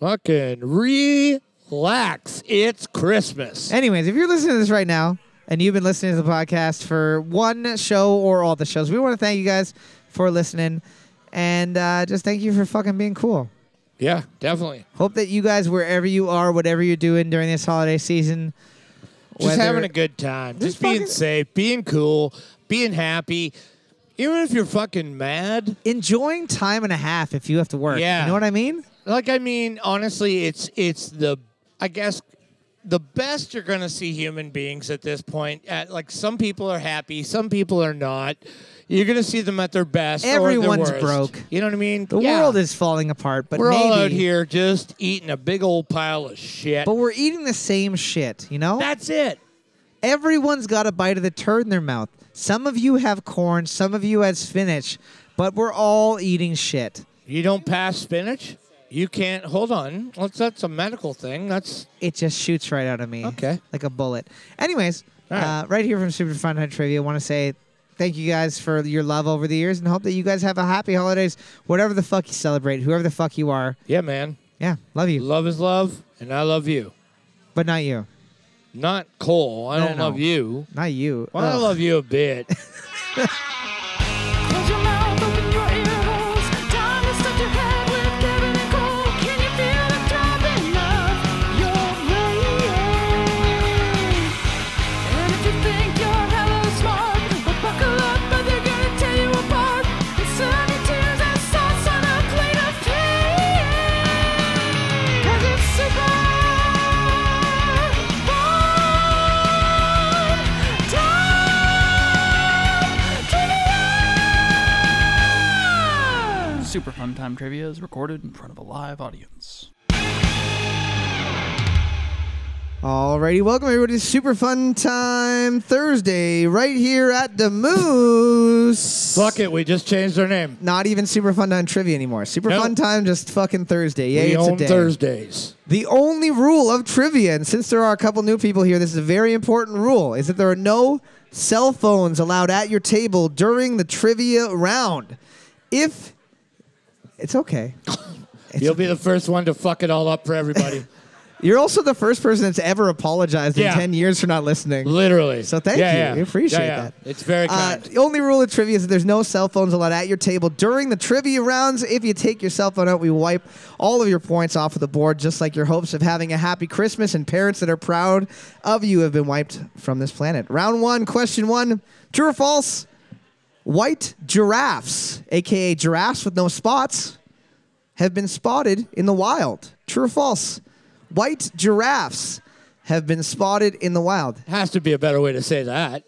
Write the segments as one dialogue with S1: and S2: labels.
S1: Fucking relax. It's Christmas.
S2: Anyways, if you're listening to this right now and you've been listening to the podcast for one show or all the shows, we want to thank you guys for listening and uh, just thank you for fucking being cool.
S1: yeah, definitely.
S2: Hope that you guys, wherever you are, whatever you're doing during this holiday season,
S1: Just
S2: whether-
S1: having a good time. Just,
S2: Just
S1: being
S2: fucking-
S1: safe, being cool, being happy. Even if you're fucking mad.
S2: enjoying time and a half if you have to work.
S1: Yeah.
S2: You know what I mean?
S1: Like I mean, honestly, it's it's the I guess the best you're gonna see human beings at this point. At like some people are happy, some people are not. You're gonna see them at their best. or their
S2: Everyone's
S1: worst.
S2: broke.
S1: You know what I mean?
S2: The world is falling apart, but
S1: We're
S2: maybe,
S1: all out here just eating a big old pile of shit.
S2: But we're eating the same shit, you know?
S1: That's it.
S2: Everyone's got a bite of the turd in their mouth. Some of you have corn, some of you have spinach, but we're all eating shit.
S1: You don't pass spinach. You can't. Hold on. That's that's a medical thing. That's
S2: It just shoots right out of me.
S1: Okay.
S2: Like a bullet. Anyways,
S1: All right.
S2: uh, right here from Super Fun Hunt Trivia, I want to say thank you guys for your love over the years and hope that you guys have a happy holidays, whatever the fuck you celebrate, whoever the fuck you are.
S1: yeah, man.
S2: Yeah, love you,
S1: Love is love, and I love you.
S2: but not you.
S1: Not Cole. I
S2: No,
S1: don't
S2: no.
S1: love you.
S2: Not you.
S1: Well, I
S2: Ugh.
S1: love you a bit.
S3: Close your mouth, open your ear holes. Time to stuff your head with Kevin and Cole. Can you feel it dropping off your brain? And if you think you're hella smart, well, buckle up, but they're gonna tear you apart. And sunny tears and sauce on a plate of pain. 'Cause it's super fun time trivia.
S4: Super Fun Time Trivia is recorded in front of a live audience.
S2: Alrighty, welcome everybody to Super Fun Time Thursday, right here at the Moose.
S1: Fuck it. We just changed our name.
S2: Not even Super Fun Time Trivia anymore. Super
S1: No.
S2: Fun Time, just fucking Thursday. Yeah,
S1: we
S2: it's
S1: own
S2: a day.
S1: Thursdays.
S2: The only rule of trivia, and since there are a couple new people here, this is a very important rule, is that there are no cell phones allowed at your table during the trivia round. If it's okay.
S1: You'll be the first one to fuck it all up for everybody.
S2: You're also the first person that's ever apologized
S1: Yeah.
S2: in 10 years for not listening.
S1: Literally.
S2: So thank
S1: Yeah,
S2: you.
S1: yeah.
S2: We appreciate
S1: Yeah, yeah.
S2: that.
S1: It's very
S2: Uh,
S1: kind.
S2: the only rule of trivia is that there's no cell phones allowed at your table during the trivia rounds. If you take your cell phone out, we wipe all of your points off of the board, just like your hopes of having a happy Christmas and parents that are proud of you have been wiped from this planet. Round one, question one true or false? White giraffes, aka giraffes with no spots, have been spotted in the wild. True or false? White giraffes have been spotted in the wild.
S1: Has to be a better way to say that.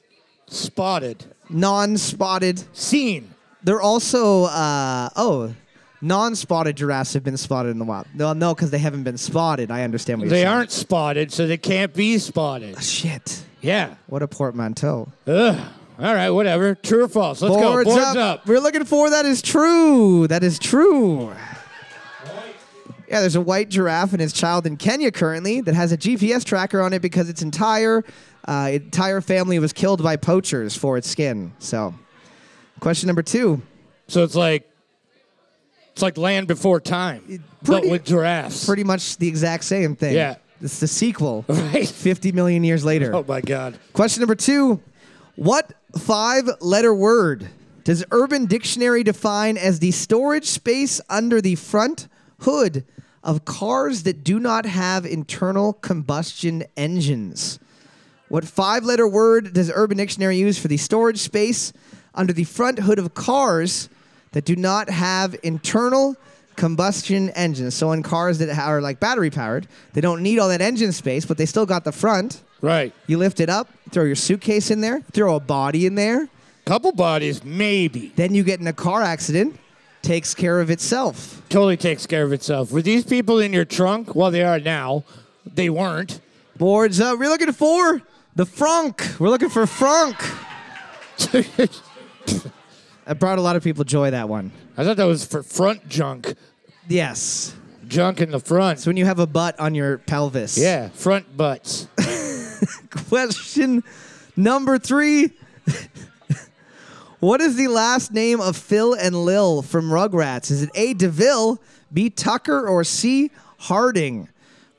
S1: Spotted.
S2: Non spotted
S1: Seen.
S2: They're also uh, oh, non-spotted giraffes have been spotted in the wild. No, no, because they haven't been spotted. I understand what
S1: They
S2: you're saying.
S1: aren't spotted, so they can't be spotted.
S2: Shit!
S1: Yeah.
S2: What a portmanteau.
S1: Ugh. All right, whatever. True or false? Let's go. Boards up.
S2: We're looking for that is true. That is true. Yeah, there's a white giraffe and his child in Kenya currently that has a GPS tracker on it because its entire uh, entire family was killed by poachers for its skin. So, question number two.
S1: So it's like it's like land before time, but
S2: pretty-
S1: with giraffes.
S2: pretty much the exact same thing.
S1: Yeah.
S2: It's the sequel.
S1: Right.
S2: 50 million years later.
S1: oh my god.
S2: Question number two What five letter word does Urban Dictionary define as the storage space under the front hood of cars that do not have internal combustion engines? What five letter word does Urban Dictionary use for the storage space under the front hood of cars that do not have internal combustion engines? So, in cars that are like battery powered, they don't need all that engine space, but they still got the front.
S1: Right.
S2: You lift it up, throw your suitcase in there, throw a body in there.
S1: Couple bodies, maybe.
S2: Then you get in a car accident, takes care of itself.
S1: Totally takes care of itself. Were these people in your trunk? Well, they are now. They weren't.
S2: Boards up. We're looking for the Frank. We're looking for Frank. That brought a lot of people joy, that one.
S1: I thought that was for front junk.
S2: Yes.
S1: Junk in the front.
S2: It's when you have a butt on your pelvis.
S1: yeah, front butts.
S2: Question number three. what is the last name of Phil and Lil from Rugrats? Is it A. DeVille, B. Tucker, or C. Harding.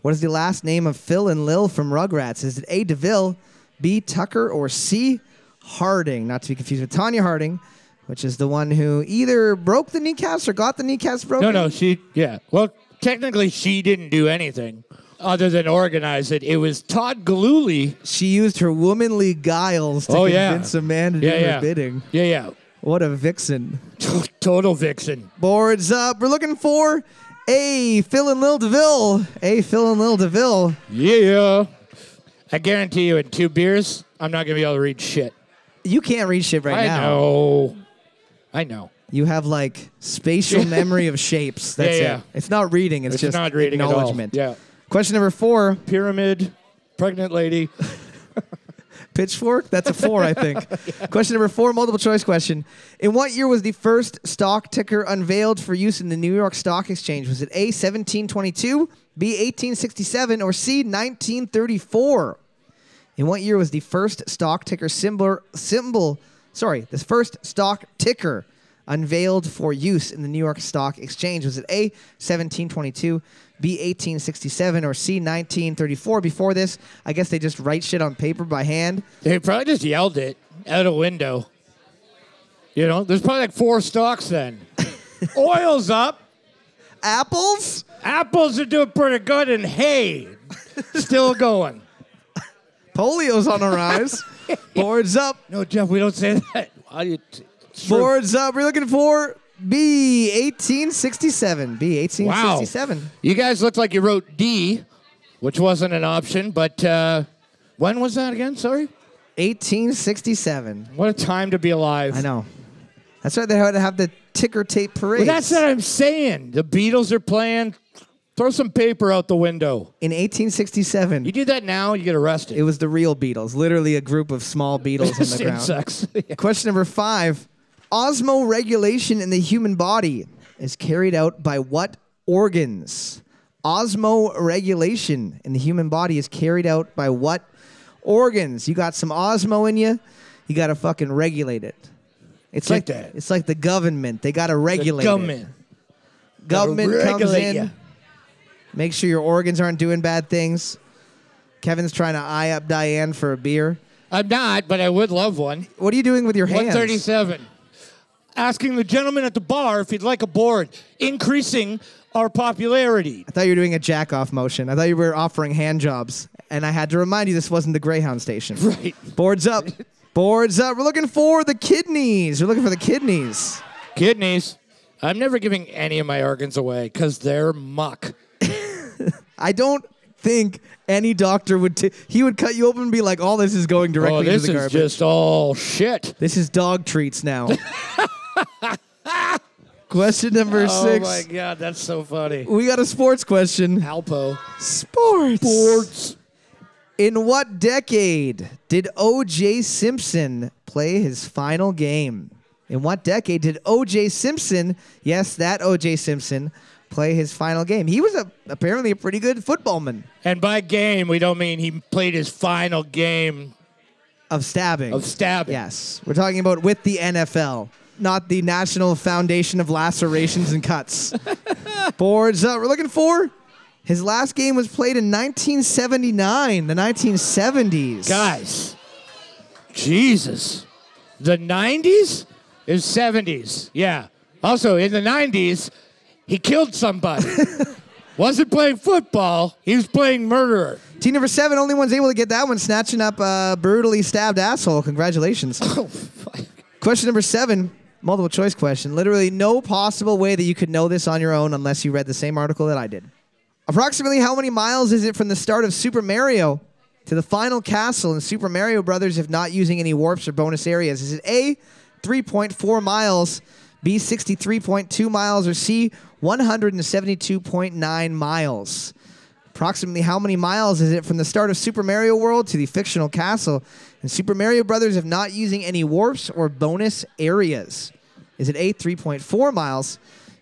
S2: What is the last name of Phil and Lil from Rugrats? Is it A. DeVille, B. Tucker, or C. Harding? Not to be confused with Tanya Harding, which is the one who either broke the kneecaps or got the kneecaps broken.
S1: No, no, she, yeah. Well, technically, she didn't do anything other than organize it. It was Todd Galooly.
S2: She used her womanly guiles to
S1: Oh, yeah.
S2: convince a man to
S1: Yeah,
S2: do
S1: yeah.
S2: her bidding.
S1: Yeah, yeah.
S2: What a vixen.
S1: Total vixen.
S2: Boards up. We're looking for a Phil and Lil DeVille. A Phil and Lil DeVille.
S1: Yeah. I guarantee you, in two beers, I'm not going to be able to read shit.
S2: You can't read shit right
S1: I
S2: now.
S1: know. I know.
S2: You have like spatial memory of shapes. That's
S1: Yeah, yeah.
S2: it. It's not reading. It's,
S1: It's
S2: just
S1: not reading at all.
S2: acknowledgement.
S1: Yeah.
S2: Question number four.
S1: Pyramid, pregnant lady.
S2: Pitchfork? That's a four, I think. Question number four, multiple choice question. In what year was the first stock ticker unveiled for use in the New York Stock Exchange? Was it A, 1722, B, 1867, or C, 1934? In what year was the first stock ticker symbol, symbol sorry, the first stock ticker unveiled for use in the New York Stock Exchange? Was it A, 1722, B, 1867, or C, 1934? Before this, I guess they just write shit on paper by hand.
S1: They probably just yelled it out a window. You know, there's probably like four stocks then. Oil's up.
S2: Apples?
S1: Apples are doing pretty good, and hay still going.
S2: Polio's on the rise. Boards up.
S1: No, Jeff, we don't say that. Why you t- it's true.
S2: Boards up. We're looking for B, 1867. B,
S1: wow.
S2: 1867.
S1: You guys looked like you wrote D, which wasn't an option, but uh, when was that again? Sorry?
S2: 1867.
S1: What a time to be alive.
S2: I know. That's right. They had to have the ticker tape parade.
S1: But that's what I'm saying. The Beatles are playing. Throw some paper out the window.
S2: In 1867,
S1: You do that now, you get arrested.
S2: it was the real Beatles, literally a group of small Beatles on the
S1: It
S2: ground.
S1: sucks.
S2: Question number five Osmoregulation in the human body is carried out by what organs? Osmoregulation in the human body is carried out by what organs? You got some osmo in you, you got to fucking regulate it. It's
S1: Get
S2: like
S1: that.
S2: It's like the government. They got to regulate it.
S1: Government.
S2: Government comes
S1: regulate
S2: in.
S1: ya.
S2: Make sure your organs aren't doing bad things. Kevin's trying to eye up Diane for a beer.
S1: I'm not, but I would love one.
S2: What are you doing with your hands?
S1: 137. Asking the gentleman at the bar if he'd like a board, increasing our popularity.
S2: I thought you were doing a jack off motion. I thought you were offering hand jobs. And I had to remind you this wasn't the Greyhound station.
S1: Right.
S2: Boards up. Boards up. We're looking for the kidneys. We're looking for the kidneys.
S1: Kidneys. I'm never giving any of my organs away because they're muck.
S2: I don't think any doctor would. T- he would cut you open and be like, all this is going directly
S1: Oh,
S2: into
S1: this
S2: the
S1: is
S2: garbage.
S1: just all shit.
S2: this is dog treats now. question number
S1: Oh
S2: six.
S1: my god, that's so funny.
S2: We got a sports question.
S1: Alpo.
S2: Sports. In what decade did O.J. Simpson play his final game? In what decade did O.J. Simpson, yes, that O.J. Simpson, play his final game? He was a, apparently a pretty good footballman
S1: And by game, we don't mean he played his final game
S2: of stabbing.
S1: of stabbing.
S2: yes, we're talking about with the NFL, not the National Foundation of Lacerations and Cuts. Boards up. We're looking for. His last game was played in 1979, the 1970s.
S1: Guys, Jesus. The 90s is 70s. Yeah. Also, in the 90s, he killed somebody. Wasn't playing football, he was playing murderer.
S2: Team number seven, only one's able to get that one, snatching up a brutally stabbed asshole. Congratulations. question number seven, multiple choice question. Literally, no possible way that you could know this on your own unless you read the same article that I did. Approximately how many miles is it from the start of Super Mario to the final castle in Super Mario Brothers if not using any warps or bonus areas? Is it A, 3.4 miles, B, 63.2 miles, or C, 172.9 miles? Approximately how many miles is it from the start of Super Mario World to the fictional castle in Super Mario Brothers if not using any warps or bonus areas? Is it A, 3.4 miles,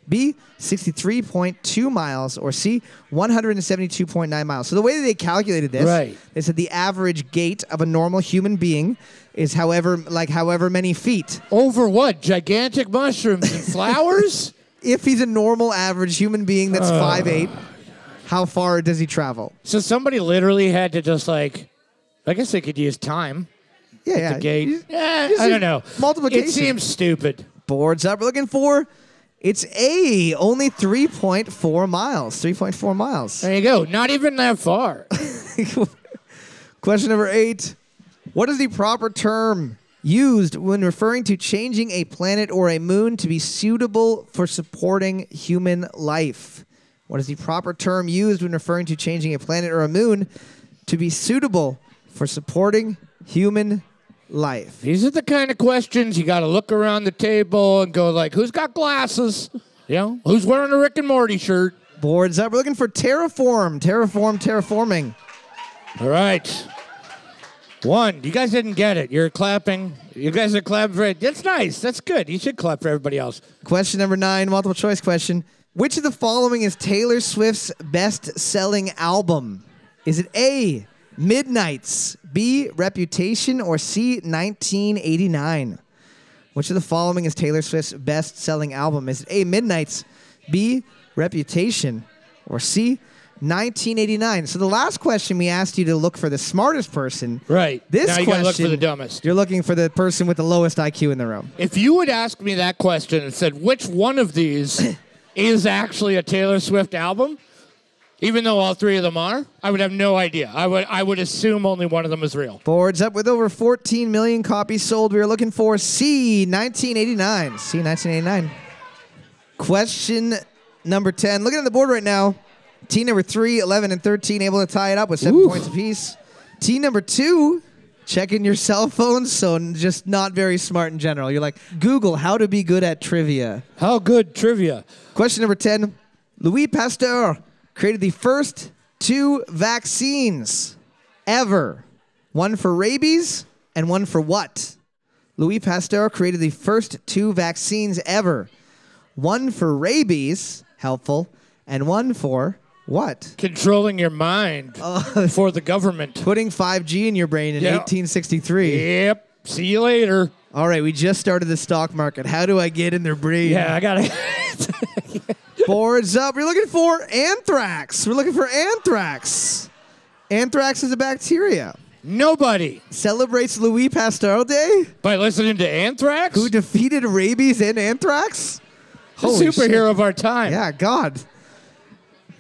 S2: B, 63.2 miles, or C, 172.9 miles? So the way that they calculated this,
S1: Right.
S2: they said the average gait of a normal human being is however, like however many feet.
S1: Over what? Gigantic mushrooms and flowers? Uh.
S2: If he's a normal average human being that's 5'8", How far does he travel?
S1: So somebody literally had to just like, I guess they could use time.
S2: Yeah, yeah.
S1: The gate.
S2: You-
S1: Eh,
S2: you
S1: I
S2: see
S1: don't know.
S2: Multiplication.
S1: It seems stupid.
S2: boards up. We're looking for. It's A, only 3.4 miles. 3.4 miles.
S1: There you go. Not even that far.
S2: Question number eight What is the proper term used when referring to changing a planet or a moon to be suitable for supporting human life? What is the proper term used when referring to changing a planet or a moon to be suitable for supporting human life?
S1: These are the kind of questions you got to look around the table and go like, who's got glasses? You know, who's wearing a Rick and Morty shirt?
S2: Boards up. We're looking for terraform, terraform, terraforming.
S1: All right. One, you guys didn't get it. You're clapping. You guys are clapping for it. That's nice. That's good. You should clap for everybody else.
S2: Question number nine, multiple choice question. Which of the following is Taylor Swift's best selling album? Is it A, Midnights, B, Reputation, or C, 1989? Which of the following is Taylor Swift's best selling album? Is it A, Midnights, B, Reputation, or C, 1989? So the last question we asked you to look for the smartest person.
S1: Right.
S2: This
S1: now you
S2: question,
S1: gotta look for the dumbest.
S2: You're looking for the person with the lowest IQ in the room.
S1: If you would ask me that question and said which one of these is actually a Taylor Swift album, even though all three of them are, I would have no idea. I would I would assume only one of them is real.
S2: Boards up with over 14 million copies sold. We are looking for C 1989. C 1989. Question number 10. Looking at the board right now, team number 3, 11, and 13 able to tie it up with seven points apiece. Team number 2, checking your cell phones, so n- just not very smart in general. You're like, Google how to be good at trivia.
S1: How good trivia.
S2: Question number 10 Louis Pasteur created the first two vaccines ever one for rabies and one for what? Louis Pasteur created the first two vaccines ever one for rabies, helpful, and one for what?
S1: Controlling your mind for the government.
S2: Putting 5G in your brain in
S1: Yeah.
S2: 1863.
S1: Yep. See you later.
S2: All right, we just started the stock market. How do I get in their brain?
S1: I gotta
S2: Boards up. We're looking for anthrax. We're looking for anthrax. Anthrax is a bacteria.
S1: Nobody
S2: Celebrates Louis Pasteur Day,
S1: by listening to Anthrax,
S2: who defeated rabies and anthrax.
S1: the
S2: Holy shit.
S1: superhero of our time.
S2: Yeah, God.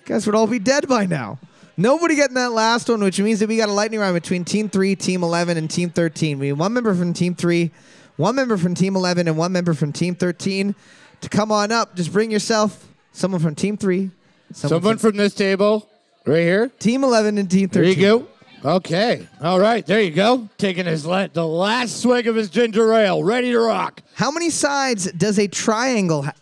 S2: Guys would all be dead by now. Nobody getting that last one, which means that we got a lightning round between Team 3, Team 11, and Team 13. We need one member from Team 3, one member from Team 11, and one member from Team 13 to come on up. Just bring yourself someone from Team 3, someone,
S1: Someone
S2: from
S1: from this table, right here.
S2: Team 11 and Team 13.
S1: There you go. Okay. All right. There you go. Taking his la- the last swig of his ginger ale, ready to rock.
S2: How many sides does a triangle have?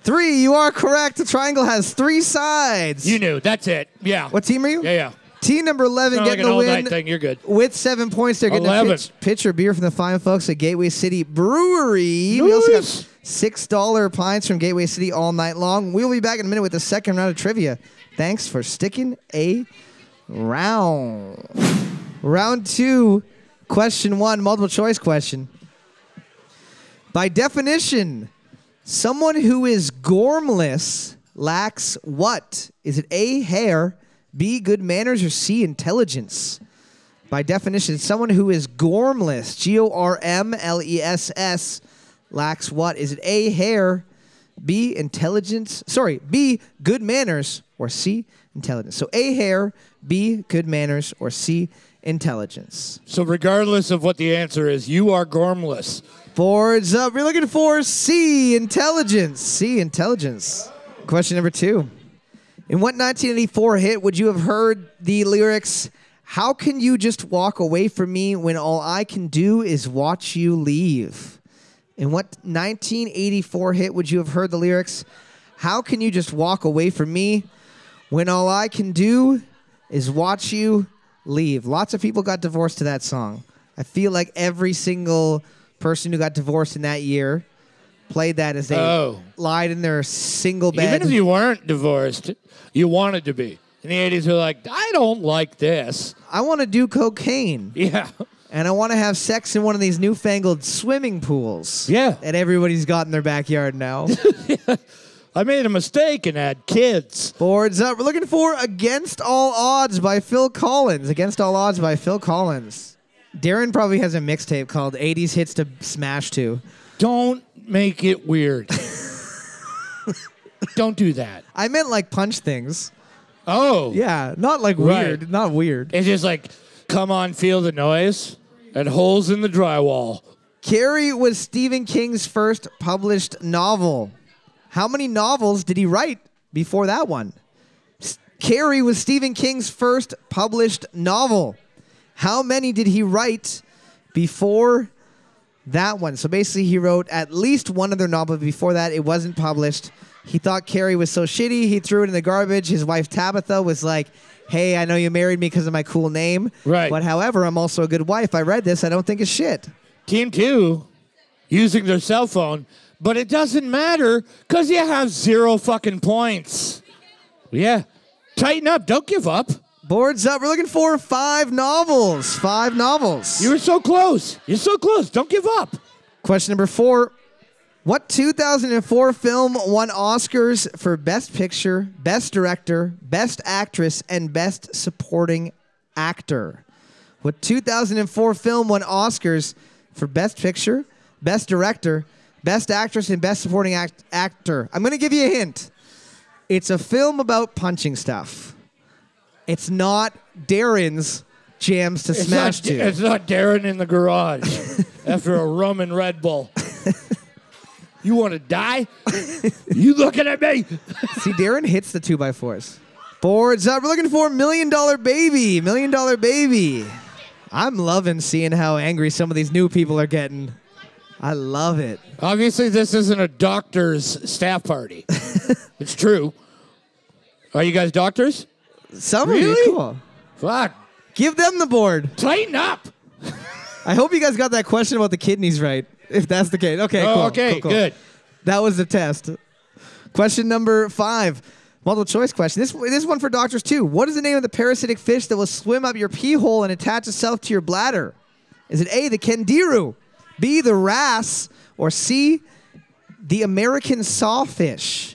S2: Three. You are correct. A triangle has three sides.
S1: You knew. That's it. Yeah.
S2: what team are you?
S1: Yeah, yeah.
S2: Team number 11
S1: Not like
S2: getting
S1: an all
S2: the win.
S1: night thing. You're good.
S2: With seven points, they're getting a
S1: Eleven.
S2: pitch, pitch or beer from the fine folks at Gateway City Brewery. We also got
S1: Nice.
S2: six dollar pints from Gateway City all night long. We'll be back in a minute with the second round of trivia. Thanks for sticking a round. Round two, question one, multiple choice question. By definition, someone who is gormless lacks what? Is it A, hair, B, good manners, or C, intelligence? by definition, someone who is gormless, G O R M L E S S, lacks what? Is it A, hair, B, intelligence? Sorry, B, good manners, or C, intelligence? So A, hair, B, good manners, or C, intelligence.
S1: So, regardless of what the answer is, you are gormless.
S2: Boards up. We're looking for C, intelligence. C, intelligence. Question number two. In what 1984 hit would you have heard the lyrics, How can you just walk away from me when all I can do is watch you leave? In what 1984 hit would you have heard the lyrics, How can you just walk away from me when all I can do is watch you leave? Lots of people got divorced to that song. I feel like every single person who got divorced in that year played that as they
S1: Oh.
S2: lied in their single bed.
S1: Even if you weren't divorced, you wanted to be. In the 80s, you're like, I don't like this.
S2: I want to do cocaine
S1: Yeah.
S2: and I want to have sex in one of these newfangled swimming pools.
S1: Yeah.
S2: That everybody's got in their backyard now.
S1: I made a mistake and had kids.
S2: Boards up. We're looking for Against All Odds by Phil Collins. Against All Odds by Phil Collins. Darren probably has a mixtape called 80s Hits to Smash to.
S1: Don't make it weird. Don't do that.
S2: I meant like punch things.
S1: Oh.
S2: Yeah, not like
S1: Right.
S2: weird. Not weird.
S1: It's just like, come on, feel the noise and holes in the drywall.
S2: Carrie was Stephen King's first published novel. How many novels did he write before that one? S- Carrie was Stephen King's first published novel. How many did he write before that one? So basically, he wrote at least one other novel before that. It wasn't published. He thought Carrie was so shitty, he threw it in the garbage. His wife Tabitha was like, Hey, I know you married me because of my cool name.
S1: Right.
S2: But however, I'm also a good wife. I read this. I don't think it's shit.
S1: Team two using their cell phone, but it doesn't matter because you have zero fucking points. Yeah. Tighten up. Don't give up.
S2: Boards up. We're looking for five novels. Five novels.
S1: You were so close. You're so close. Don't give up.
S2: Question number four. What 2004 film won Oscars for Best Picture, Best Director, Best Actress, and Best Supporting Actor? What 2004 film won Oscars for Best Picture, Best Director, Best Actress, and Best Supporting act- Actor? I'm going to give you a hint. It's a film about punching stuff. It's not Darren's jams to
S1: It's
S2: smash
S1: not,
S2: to.
S1: It's not Darren in the garage after a rum and Red Bull. you want to die? you looking at me?
S2: See, Darren hits the two by fours. Boards up. We're looking for Million Dollar Baby. Million Dollar Baby. I'm loving seeing how angry some of these new people are getting. I love it.
S1: Obviously, this isn't a doctor's staff party. it's true. Are you guys doctors?
S2: Some of
S1: Really?
S2: you, cool.
S1: Fuck.
S2: Give them the board.
S1: Tighten up.
S2: I hope you guys got that question about the kidneys right. If that's the case, okay.
S1: Oh,
S2: cool,
S1: okay,
S2: cool, cool.
S1: good.
S2: That was the test. Question number five, multiple choice question. This this one for doctors too. What is the name of the parasitic fish that will swim up your pee hole and attach itself to your bladder? Is it A the kendiru, B the ras, or C the American sawfish?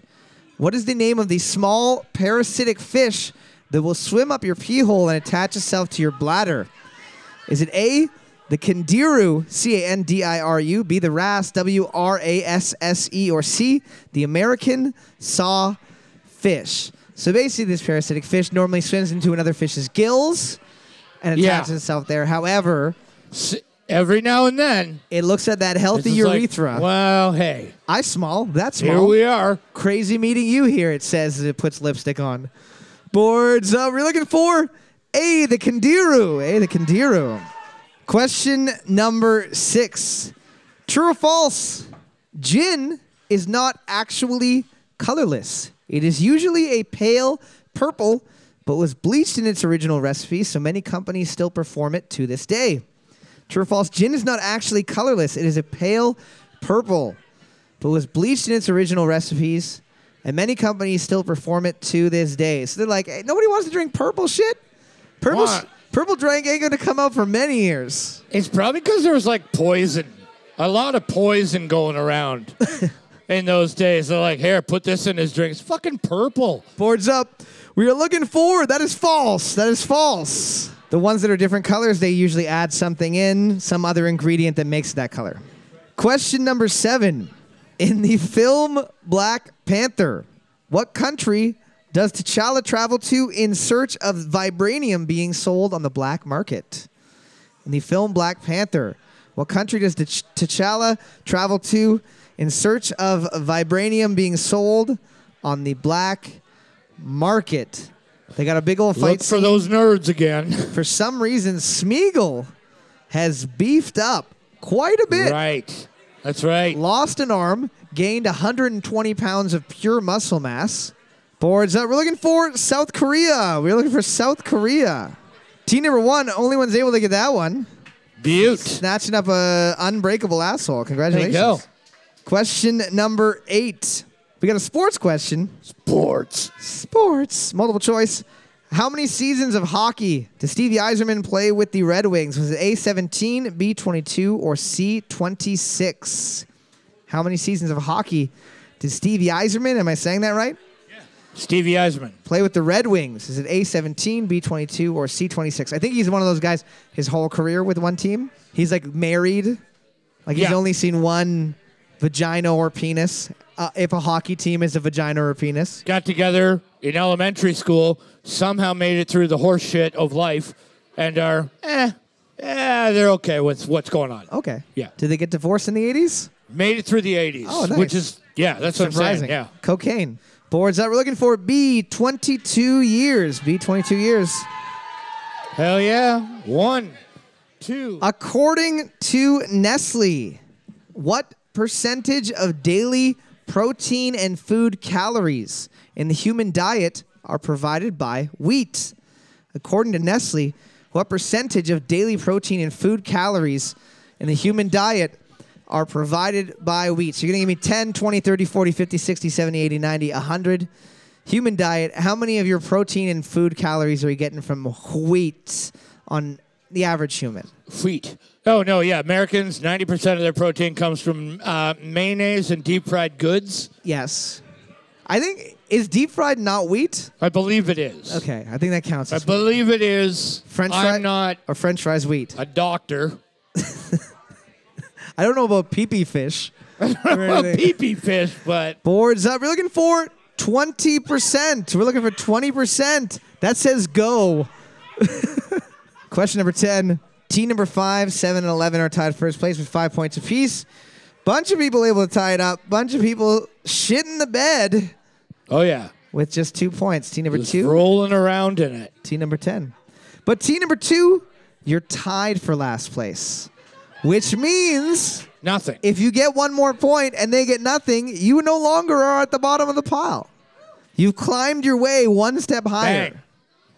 S2: What is the name of the small parasitic fish that will swim up your pee hole and attach itself to your bladder? Is it A, the Kandiru, C A N D I R U, B, the RAS, W R A S S E, or C, the American saw fish? So basically, this parasitic fish normally swims into another fish's gills and
S1: Yeah.
S2: attaches itself there. However,
S1: S- Every now and then.
S2: it looks at that
S1: it's
S2: healthy
S1: just like,
S2: urethra.
S1: well, hey,
S2: I small. That's
S1: here
S2: small.
S1: we are.
S2: Crazy meeting you here, it says as it puts lipstick on. Boards up. We're looking for A, the Kandiru. A, the Kandiru. Question number six True or false? Gin is not actually colorless. It is usually a pale purple, but was bleached in its original recipe, so many companies still perform it to this day. True or false? Gin is not actually colorless. It is a pale purple but was bleached in its original recipes, and many companies still perform it to this day. So they're like, hey, nobody wants to drink purple shit. Purple,
S1: Why?
S2: purple drink ain't gonna come out for many years.
S1: It's probably because there was like poison, a lot of poison going around in those days. They're like, here, put this in his drinks. Fucking purple.
S2: Boards up. We are looking forward. That is false. That is false. The ones that are different colors, they usually add something in, some other ingredient that makes that color. Question number seven. In the film Black Panther, what country does T'Challa travel to in search of vibranium being sold on the black market? In the film Black Panther, what country does T'Ch- T'Challa travel to in search of vibranium being sold on the black market? They got a big old
S1: Look
S2: fight
S1: for
S2: scene.
S1: those nerds again.
S2: For some reason, Smeagol has beefed up quite a bit.
S1: Right. That's right.
S2: Lost an arm, gained 120 pounds of pure muscle mass. Boards up. We're looking for South Korea. We're looking for South Korea. Team number one, only one's able to get that one.
S1: Butte.
S2: Snatching up a unbreakable asshole.
S1: There
S2: Congratulations.
S1: you go.
S2: Question number eight. We got a sports question.
S1: Sports.
S2: Sports. Multiple choice. How many seasons of hockey did Stevie Eiserman play with the Red Wings? Was it A17, B22, or C26? How many seasons of hockey to Stevie Eiserman. Am I saying that right?
S1: Stevie Eisman.
S2: Play with the Red Wings. Is it A17, B22, or C26? I think he's one of those guys. His whole career with one team, he's like married. Like he's
S1: Yeah.
S2: only seen one vagina or penis. Uh, if a hockey team is a vagina or a penis,
S1: Got together in elementary school, somehow made it through the horse shit of life, and are, eh, eh, they're okay with what's going on.
S2: okay.
S1: Yeah.
S2: Did they get divorced in the 80s?
S1: Made it through the 80s,
S2: Oh, nice.
S1: which is, yeah, that's what I'm
S2: Surprising.
S1: saying. Yeah.
S2: Cocaine. Boards that we're looking for. B. 22 years. B. 22 years.
S1: Hell yeah. One, two.
S2: According to Nestle, what percentage of daily protein and food calories in the human diet are provided by wheat? According to Nestle, what percentage of daily protein and food calories in the human diet are provided by wheat? So you're going to give me 10, 20, 30, 40, 50, 60, 70, 80, 90, 100. Human diet, how many of your protein and food calories are you getting from wheat on the average human?
S1: Wheat. Oh no, yeah. Americans, ninety percent of their protein comes from uh, mayonnaise and deep fried goods.
S2: Yes. I think is deep fried not wheat?
S1: I believe it is.
S2: Okay, I think that counts.
S1: I
S2: as wheat.
S1: believe it is.
S2: French fry
S1: I'm not
S2: or French fries wheat.
S1: a doctor.
S2: I don't know about pee pee fish.
S1: Well, pee pee fish, but
S2: Boards up. We're looking for twenty percent. We're looking for twenty percent. That says go. Question number ten. Team number five, seven, and eleven are tied first place with five points apiece. Bunch of people able to tie it up. Bunch of people shitting the bed
S1: oh yeah,
S2: with just two points. Team number
S1: just
S2: two.
S1: rolling around in it.
S2: T number 10. But T number 2, you're tied for last place. Which means
S1: Nothing.
S2: if you get one more point and they get nothing, you no longer are at the bottom of the pile. You've climbed your way one step higher.
S1: Bang.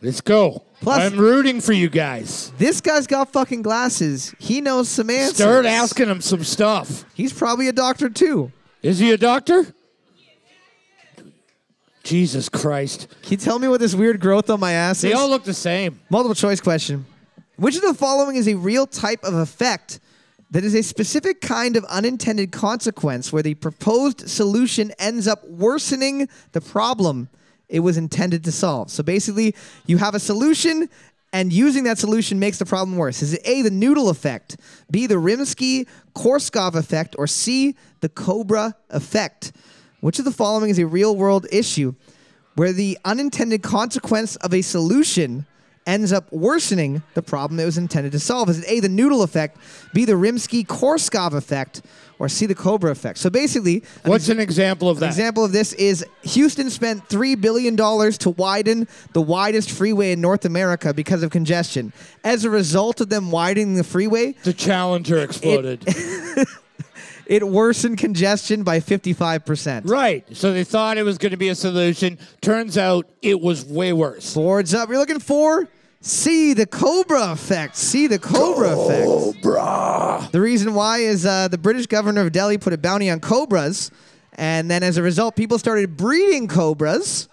S1: Let's go.
S2: Plus-
S1: I'm rooting for you guys.
S2: This guy's got fucking glasses. He knows some answers.
S1: Start asking him some stuff.
S2: He's probably a doctor too.
S1: Is he a doctor? Jesus Christ.
S2: Can you tell me what this weird growth on my ass
S1: They
S2: is?
S1: all look the same.
S2: Multiple choice question. Which of the following is a real type of effect that is a specific kind of unintended consequence where the proposed solution ends up worsening the problem it was intended to solve? So basically, you have a solution and using that solution makes the problem worse. Is it A, the noodle effect, B, the Rimsky Korsakov effect, or C, the Cobra effect? Which of the following is a real world issue where the unintended consequence of a solution ends up worsening the problem it was intended to solve? Is it A, the noodle effect, B, the Rimsky Korsakov effect, or C, the Cobra effect? So basically, an
S1: What's an example of that?
S2: example of this is Houston spent $3 billion to widen the widest freeway in North America because of congestion. As a result of them widening the freeway,
S1: the Challenger exploded.
S2: it worsened congestion by 55%.
S1: Right. So they thought it was going to be a solution. Turns out it was way worse.
S2: Boards up. You're looking for C, the Cobra effect. See the Cobra effect. Cobra. The reason why is uh, the British governor of Delhi put a bounty on cobras, and then as a result, people started breeding cobras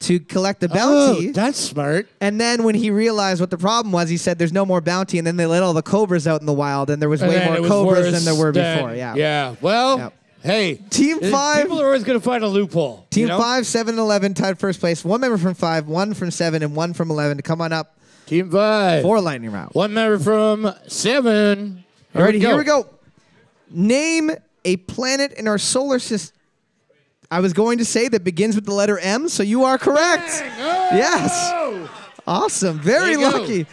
S2: to collect the bounty.
S1: Oh, that's smart.
S2: and then when he realized what the problem was, he said, "There's no more bounty." And then they let all the cobras out in the wild, and there was
S1: And
S2: way
S1: then
S2: more
S1: it was
S2: cobras
S1: worse
S2: than there were before.
S1: than-
S2: Yeah.
S1: Yeah. Well,
S2: Yeah.
S1: hey.
S2: Team
S1: it-
S2: five-
S1: People are always going to find a loophole. you
S2: Team
S1: know?
S2: five, seven, and eleven tied first place. One member from five, one from seven, and one from eleven to come on up
S1: Team five.
S2: for lightning round.
S1: One member from seven. All
S2: Alrighty, here we go. Name a planet in our solar system. I was going to say that begins with the letter M, so you are correct. Yes. Awesome. Very
S1: oh. There you go.
S2: lucky.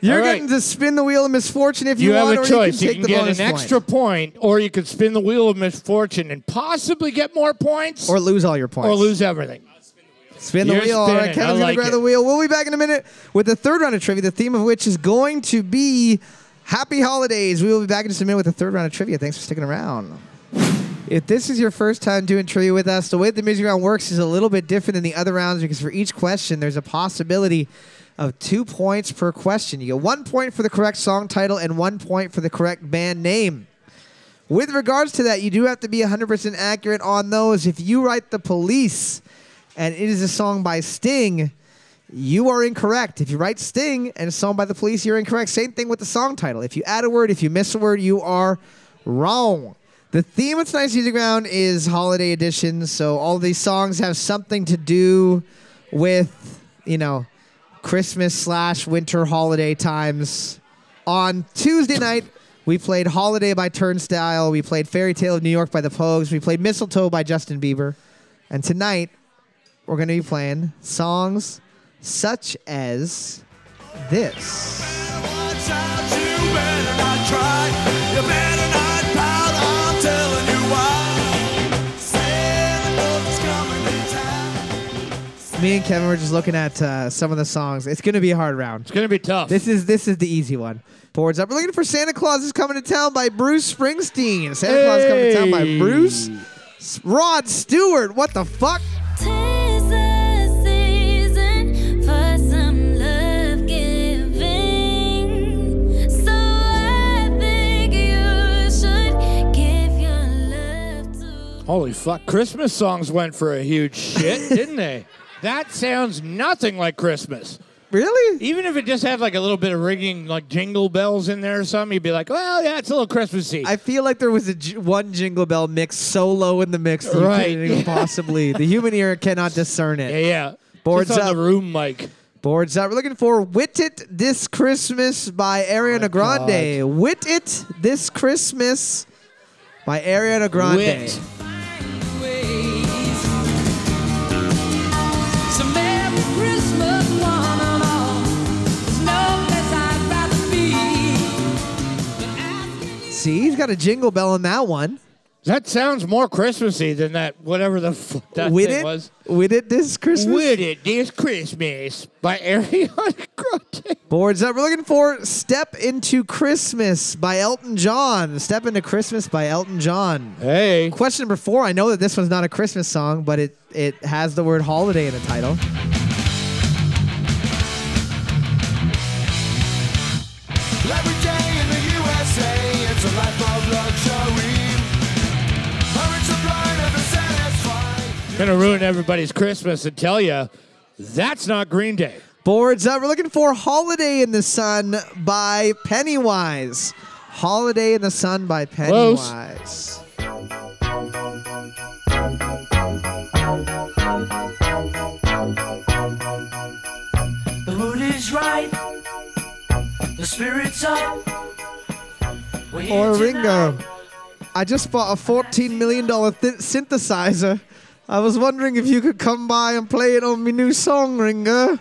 S2: You're
S1: Alright.
S2: getting to spin the wheel of misfortune if you,
S1: You have
S2: want,
S1: a
S2: or
S1: choice.
S2: you
S1: You can,
S2: can take the
S1: get
S2: bonus
S1: an extra
S2: point
S1: point, or you could spin the wheel of misfortune and possibly get more points
S2: or lose all your points.
S1: or lose everything.
S2: Spin the
S1: You're
S2: wheel. All
S1: spinning.
S2: right,
S1: I
S2: Kevin's gonna
S1: like
S2: grab
S1: it.
S2: the wheel. We'll be back in a minute with the third round of trivia. The theme of which is going to be Happy Holidays. We will be back in just a minute with the third round of trivia. Thanks for sticking around. If this is your first time doing trivia with us, the way the music round works is a little bit different than the other rounds because for each question, there's a possibility of two points per question. You get one point for the correct song title and one point for the correct band name. With regards to that, you do have to be 100% accurate on those. If you write The Police and it is a song by Sting, you are incorrect. If you write Sting and a song by The Police, you're incorrect. Same thing with the song title. If you add a word, if you miss a word, you are wrong. The theme of tonight's music round is holiday edition, so all these songs have something to do with, you know, Christmas slash winter holiday times. On Tuesday night, we played Holiday by Turnstile, we played Fairy Tale of New York by the Pogues, we played Mistletoe by Justin Bieber, and tonight we're going to be playing songs such as this.
S5: Watch out, you better not try. You better not pout. I'm telling you why. Santa Claus is coming to town.
S2: Me and Kevin were just looking at uh, some of the songs. It's going to be a hard round.
S1: It's gonna be tough.
S2: This is this is the easy one. Boards up. We're looking for Santa Claus is coming to town by Bruce Springsteen. Santa Claus is coming to town by
S1: Hey.
S2: Bruce S- Rod Stewart. What the fuck?
S6: Tis the season for some love giving, so I think you should give your love to.
S1: Holy fuck! Christmas songs went for a huge shit, didn't they? That sounds nothing like Christmas.
S2: Really?
S1: Even if it just had like a little bit of rigging, like jingle bells in there or something, you'd be like, "Well, yeah, it's a little Christmassy."
S2: I feel like there was a j- one Jingle Bell mix so low in the mix that you
S1: Right.
S2: couldn't even possibly. The human ear cannot discern
S1: yeah,
S2: it.
S1: yeah.
S2: Boards
S1: just on
S2: up.
S1: the room mic.
S2: Boards up. We're looking for "Wit It This Christmas" by Ariana Grande. "Wit It This Christmas" by Ariana Grande.
S1: Wit.
S3: ways. So Merry Christmas, one and all. There's no place I'd rather be. But asking you
S2: See, he's got a jingle bell in that one.
S1: That sounds more Christmassy than that whatever the f- that
S2: with
S1: thing
S2: it,
S1: was.
S2: with it this Christmas.
S1: With it this Christmas by Ariana Grande.
S2: Boards up. We're looking for "Step Into Christmas" by Elton John. "Step Into Christmas" by Elton John.
S1: Hey,
S2: Question number four. I know that this one's not a Christmas song, but it it has the word holiday in the title.
S5: Every day in the USA, it's a life of luxury. Hurry to blind and satisfied.
S1: gonna ruin everybody's Christmas and tell you that's not Green Day.
S2: Boards up. We're looking for "Holiday in the Sun" by Pennywise. "Holiday in the Sun" by
S1: Close.
S2: Pennywise.
S7: The mood is right. The spirit's up. We're here
S2: or Ringo.
S7: tonight.
S2: I just bought a $14 million th- synthesizer. I was wondering if you could come by and play it on my new song, Ringo.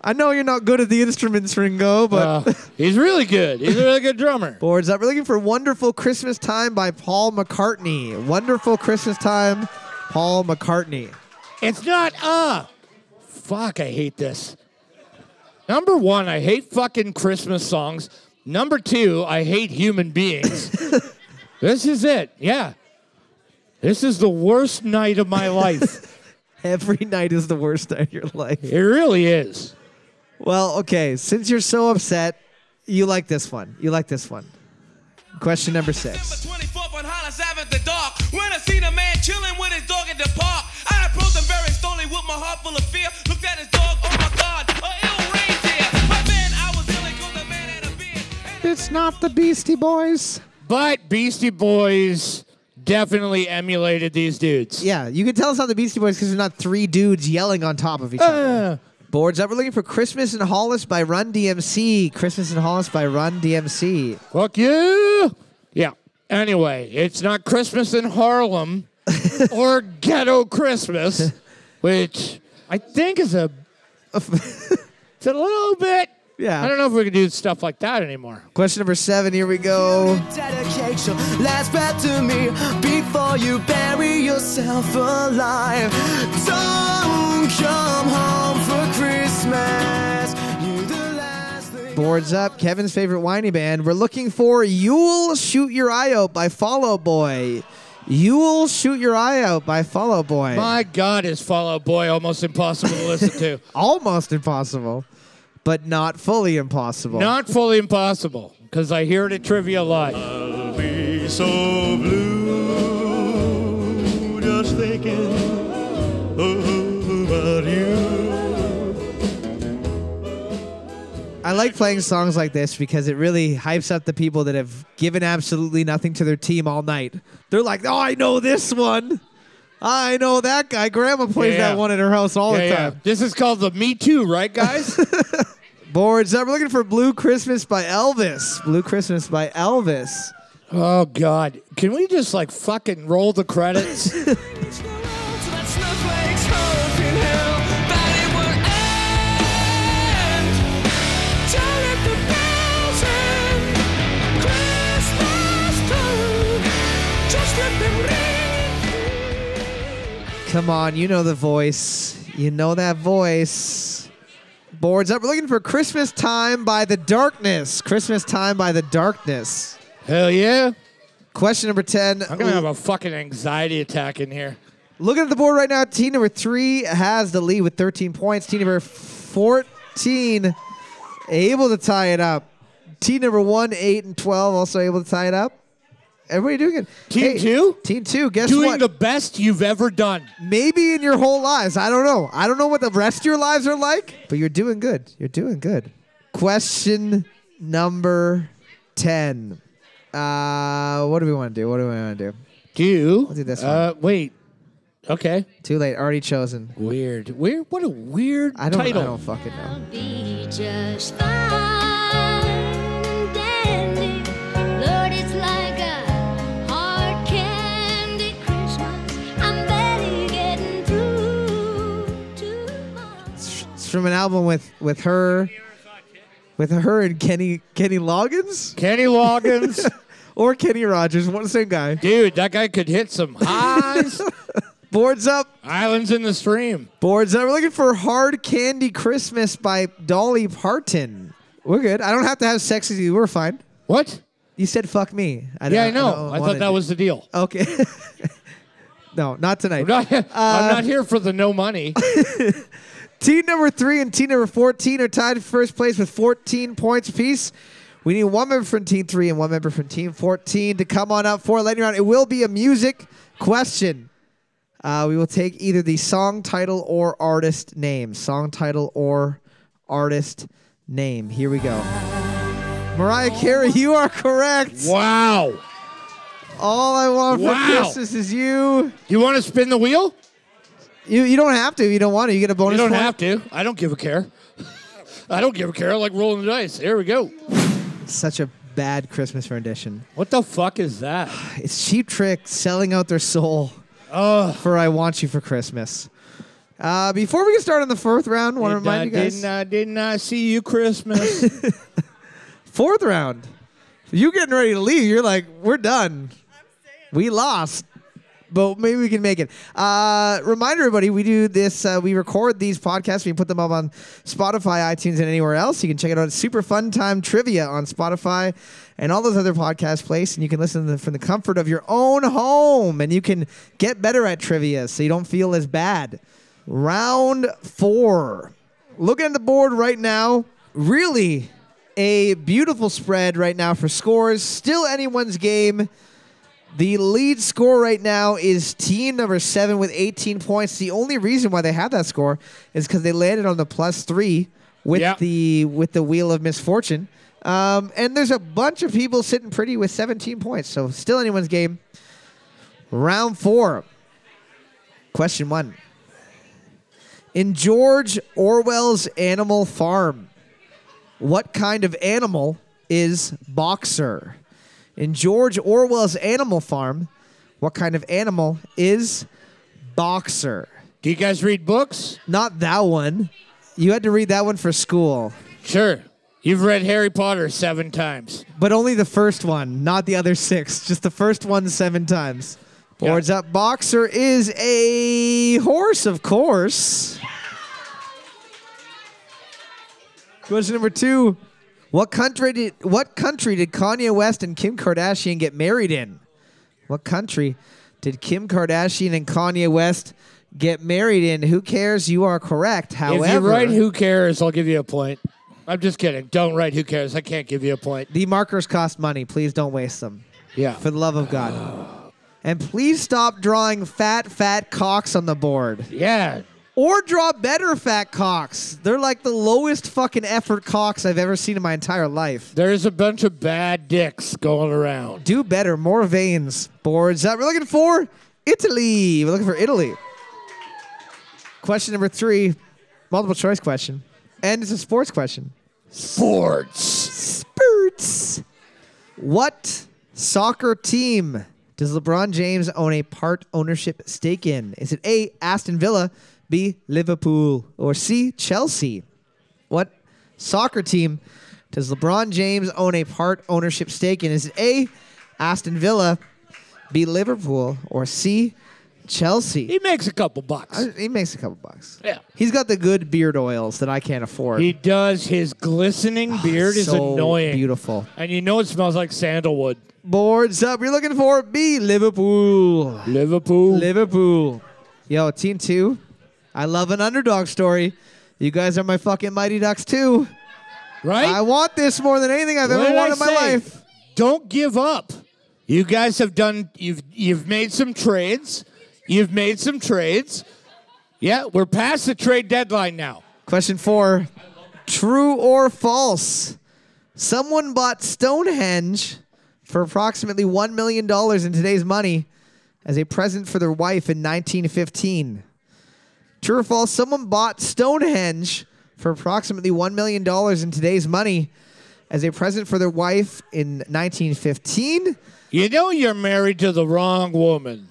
S2: I know you're not good at the instruments, Ringo, but.
S1: Uh, he's really good. He's a really good drummer.
S2: Boards up. We're looking for Wonderful Christmas Time by Paul McCartney. Wonderful Christmas Time, Paul McCartney.
S1: It's not uh. Fuck, I hate this. Number one, I hate fucking Christmas songs. Number two, I hate human beings. this is it. Yeah. This is the worst night of my life.
S2: Every night is the worst night of your life.
S1: it really is.
S2: Well, okay, since you're so upset, you like this one. You like this one. Question number six.
S8: December 24th on Hollis Avenue, the dark. When I seen a man chilling with his dog in the park, I approached him very slowly with my heart full of fear. Looked at his dog, oh my God, a ill reindeer. But then I was ill and the man had a beard. And
S2: It's not the Beastie Boys.
S1: But Beastie Boys definitely emulated these dudes.
S2: Yeah, you can tell it's not the Beastie Boys because they're not three dudes yelling on top of each other.
S1: Uh,
S2: Boards up. We're looking for Christmas in Hollis by Run DMC. Christmas in Hollis by Run DMC.
S1: fuck you. Yeah. Anyway, it's not Christmas in Harlem or Ghetto Christmas, which I think is a it's a little bit.
S2: Yeah.
S1: I don't know if we can do stuff like that anymore.
S2: Question number seven. Here we go.
S5: Dedicate your last breath to me before you bury yourself alive. Don't come home for Christmas. You the last thing.
S2: Boards up. Kevin's favorite whiny band. We're looking for "You'll Shoot Your Eye Out" by Fall Out Boy. "You'll Shoot Your Eye Out" by Fall Out Boy.
S1: My God, is Fall Out Boy almost impossible to listen to?
S2: Almost impossible, but not fully impossible.
S1: Not fully impossible, because I hear it at Trivia Live.
S9: I'll be so blue just thinking about you.
S2: I like playing songs like this because it really hypes up the people that have given absolutely nothing to their team all night. They're like, "Oh, I know this one. I know that guy. Grandma plays
S1: Yeah, yeah.
S2: that one at her house all
S1: Yeah,
S2: the
S1: yeah.
S2: time."
S1: This is called the Me Too, right, guys?
S2: Boards up. We're looking for "Blue Christmas" by Elvis. "Blue Christmas" by Elvis.
S1: oh God, can we just like fucking roll the credits?
S2: Come on, you know the voice. You know that voice. Boards up. We're looking for Christmas Time by the Darkness. Christmas Time by the Darkness.
S1: Hell yeah!
S2: Question number 10.
S1: I'm gonna have a fucking anxiety attack in here.
S2: Looking at the board right now, team number three has the lead with 13 points. Team number 14 able to tie it up. Team number one, eight, and 12 also able to tie it up. Everybody doing it.
S1: Team two?
S2: Team two. Guess
S1: Doing
S2: what?
S1: the best you've ever done.
S2: Maybe in your whole lives. I don't know. I don't know what the rest of your lives are like, but you're doing good. You're doing good. Question number 10. Uh, what do we want to do? What do we want to do?
S1: Do.
S2: do this
S1: Uh, wait. Okay.
S2: Too late. Already chosen.
S1: Weird. Weird. What a weird
S2: I don't, I
S1: title.
S2: don't fucking know.
S6: be just fine, dandy. Lord, it's like a hard candy Christmas. I'm barely getting through tomorrow.
S2: It's from an album with with her, with her and Kenny Kenny Loggins
S1: Kenny Loggins.
S2: or Kenny Rogers, one same guy.
S1: Dude, that guy could hit some highs.
S2: Boards up,
S1: Islands in the stream.
S2: boards up. We're looking for "Hard Candy Christmas" by Dolly Parton. We're good. I don't have to have sex with you. We're fine.
S1: What?
S2: You said "fuck me." I
S1: Yeah, I
S2: don't-
S1: know.
S2: don't
S1: I,
S2: wanna
S1: thought that
S2: do-
S1: was the deal.
S2: okay. no, not tonight.
S1: I'm not,
S2: Uh,
S1: I'm not here for the no money.
S2: Team number three and team number 14 are tied in first place with 14 points apiece. We need one member from team three and one member from team 14 to come on up for a lightning round. It will be a music question. Uh, we will take either the song title or artist name. Song title or artist name. Here we go. Mariah Carey, you are correct.
S1: wow.
S2: All I want for
S1: Wow.
S2: Christmas is you.
S1: You want to spin the wheel?
S2: You you don't have to. if You don't want to. You get a bonus.
S1: You don't
S2: point.
S1: have to. I don't give a care. I don't give a care. I like rolling the dice. Here we go.
S2: Such a bad Christmas rendition.
S1: What the fuck is that?
S2: It's Cheap Trick selling out their soul
S1: Oh,
S2: for I Want You for Christmas. Uh, before we get started on the fourth round, want to
S1: didn't I,
S2: remind you guys.
S1: didn't I, didn't I see you Christmas?
S2: Fourth round. You getting ready to leave. You're like, we're done. We lost. But maybe we can make it. Uh, reminder, everybody, we do this. Uh, we record these podcasts. We put them up on Spotify, iTunes, and anywhere else. You can check it out. It's Super Fun Time Trivia on Spotify and all those other podcast places. And you can listen to them from the comfort of your own home. And you can get better at trivia so you don't feel as bad. Round four. Looking at the board right now, really a beautiful spread right now for scores. Still anyone's game. The lead score right now is team number seven with 18 points. The only reason why they have that score is because they landed on the plus three with
S1: Yeah.
S2: the with the wheel of misfortune. Um, and there's a bunch of people sitting pretty with 17 points. So still anyone's game. Round four. Question one. In George Orwell's Animal Farm, what kind of animal is Boxer? In George Orwell's Animal Farm, what kind of animal is Boxer?
S1: Do you guys read books?
S2: Not that one. You had to read that one for school,
S1: Sure. You've read Harry Potter seven times.
S2: but only the first one, not the other six. Just the first one seven times. Boards up. Boxer is a horse, of course. Question number two: What country did what country did Kanye West and Kim Kardashian get married in? What country did Kim Kardashian and Kanye West get married in? Who cares? You are correct. However,
S1: if you write Who Cares, I'll give you a point. I'm just kidding. Don't write Who Cares. I can't give you a point.
S2: the markers cost money. Please don't waste them.
S1: Yeah.
S2: For the love of God. And please stop drawing fat, fat cocks on the board.
S1: Yeah.
S2: Or draw better fat cocks. They're like the lowest fucking effort cocks I've ever seen in my entire life.
S1: There's a bunch of bad dicks going around.
S2: Do better, more veins. Boards that we're looking for Italy. We're looking for Italy. Question number three, multiple choice question, and it's a sports question.
S1: Sports.
S2: Spurts. What soccer team does LeBron James own a part ownership stake in? Is it A, Aston Villa, B, Liverpool, or C, Chelsea? What soccer team does LeBron James own a part ownership stake in? Is it A, Aston Villa, B, Liverpool, or C, Chelsea?
S1: He makes a couple bucks.
S2: I- He makes a couple bucks.
S1: Yeah.
S2: He's got the good beard oils that I can't afford.
S1: He does. His glistening beard is
S2: So
S1: annoying.
S2: Beautiful.
S1: And you know it smells like sandalwood.
S2: Boards up. You're looking for B, Liverpool.
S1: Liverpool.
S2: Liverpool. Yo, team two. I love an underdog story. You guys are my fucking Mighty Ducks too.
S1: right?
S2: I want this more than anything I've
S1: What
S2: ever
S1: did
S2: wanted
S1: I
S2: in my
S1: say?
S2: life.
S1: Don't give up. You guys have done you've you've made some trades. You've made some trades. Yeah, we're past the trade deadline now.
S2: Question four. True or false? Someone bought Stonehenge for approximately $1 million in today's money as a present for their wife in 1915. True or false? Someone bought Stonehenge for approximately $1 million in today's money as a present for their wife in 1915.
S1: You know you're married to the wrong woman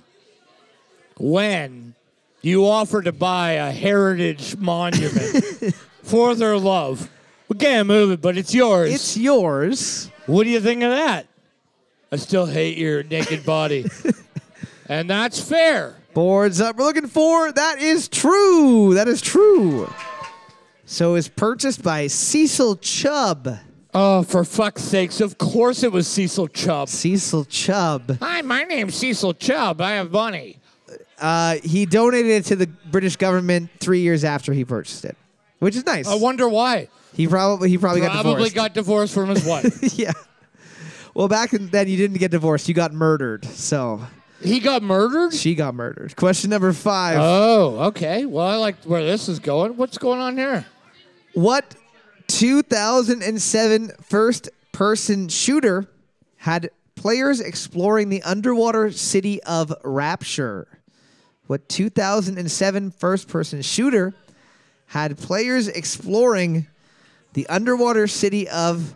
S1: when you offer to buy a heritage monument for their love. We can't move it, but it's yours.
S2: It's yours.
S1: What do you think of that? I still hate your naked body. and that's fair.
S2: Boards up. We're looking for. That is true. That is true. So it's purchased by Cecil Chubb.
S1: Oh, for fuck's sakes. Of course it was Cecil Chubb.
S2: Cecil Chubb.
S1: Hi, my name's Cecil Chubb. I have money.
S2: Uh, he donated it to the British government three years after he purchased it, which is nice.
S1: I wonder why.
S2: he probably he probably,
S1: Probably
S2: got
S1: got divorced from his wife.
S2: divorced. yeah. Well, back then you didn't get divorced. You got murdered. So
S1: he got murdered?
S2: she got murdered. Question number five.
S1: Oh, okay. Well, I like where this is going. What's going on here?
S2: What 2007 first person shooter had players exploring the underwater city of Rapture? What 2007 first person shooter had players exploring the underwater city of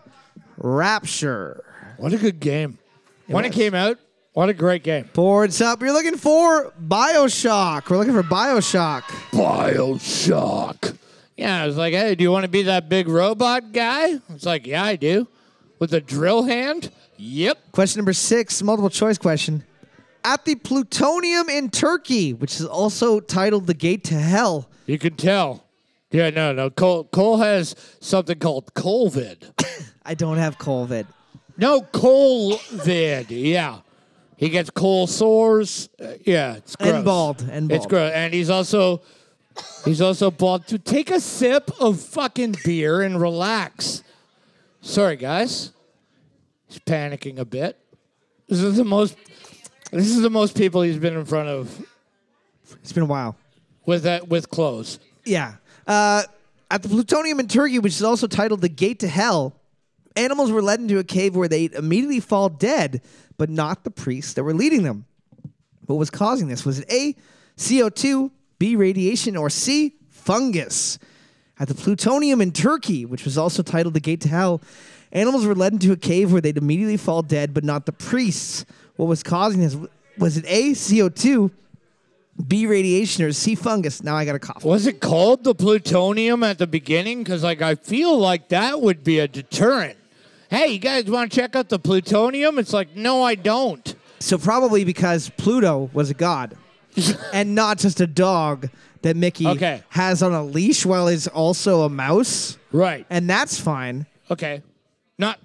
S2: Rapture?
S1: What a good game. when it came out, what a great game.
S2: Boards up. You're looking for Bioshock. We're looking for Bioshock.
S1: Bioshock. Yeah, I was like, hey, do you want to be that big robot guy? It's like, yeah, I do. With a drill hand? Yep.
S2: Question number six, multiple choice question. At the plutonium in Turkey, which is also titled the Gate to Hell,
S1: You can tell. Yeah, no, no. Cole, Cole has something called COVID.
S2: I don't have COVID.
S1: No, COVID. Yeah. He gets cold sores. Uh, yeah, it's gross.
S2: And bald. And bald.
S1: It's gross. And he's also he's also bald to take a sip of fucking beer and relax. Sorry guys. He's panicking a bit. This is the most this is the most people he's been in front of
S2: It's been a while.
S1: with that with clothes.
S2: Yeah. Uh, at the plutonium in Turkey, which is also titled the Gate to Hell, animals were led into a cave where they immediately fall dead, but not the priests that were leading them. What was causing this? Was it A, CO2, B, radiation, or C, fungus? At the plutonium in Turkey, which was also titled the Gate to Hell, animals were led into a cave where they'd immediately fall dead, but not the priests. What was causing this? Was it A, CO2, B, radiation, or C, fungus? Now I got a cough.
S1: Was it called the plutonium at the beginning? Because like I feel like that would be a deterrent. Hey, you guys want to check out the plutonium? It's like no, I don't.
S2: So probably because Pluto was a god and not just a dog that Mickey
S1: Okay.
S2: has on a leash while he's also a mouse.
S1: Right.
S2: And that's fine.
S1: Okay. Not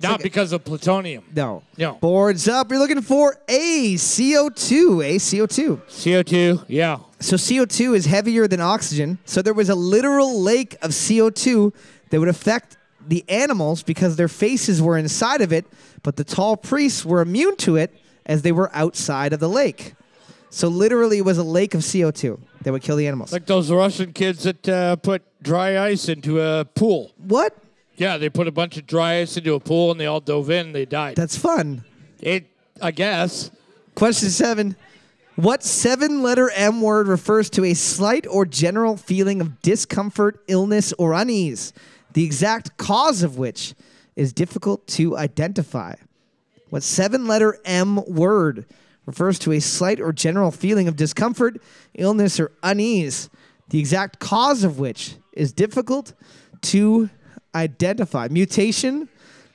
S1: not because of plutonium.
S2: No.
S1: No.
S2: Boards up. You're looking for a CO2. A CO2.
S1: CO2, yeah.
S2: So CO2 is heavier than oxygen. So there was a literal lake of CO2 that would affect the animals because their faces were inside of it, but the tall priests were immune to it as they were outside of the lake. So literally, it was a lake of CO2 that would kill the animals.
S1: Like those Russian kids that uh, put dry ice into a pool.
S2: what?
S1: Yeah, they put a bunch of dry ice into a pool and they all dove in and they died.
S2: That's fun.
S1: it, I guess.
S2: Question seven. What seven letter M word refers to a slight or general feeling of discomfort, illness, or unease, the exact cause of which is difficult to identify? What seven letter M word refers to a slight or general feeling of discomfort, illness, or unease, the exact cause of which is difficult to identify? Mutation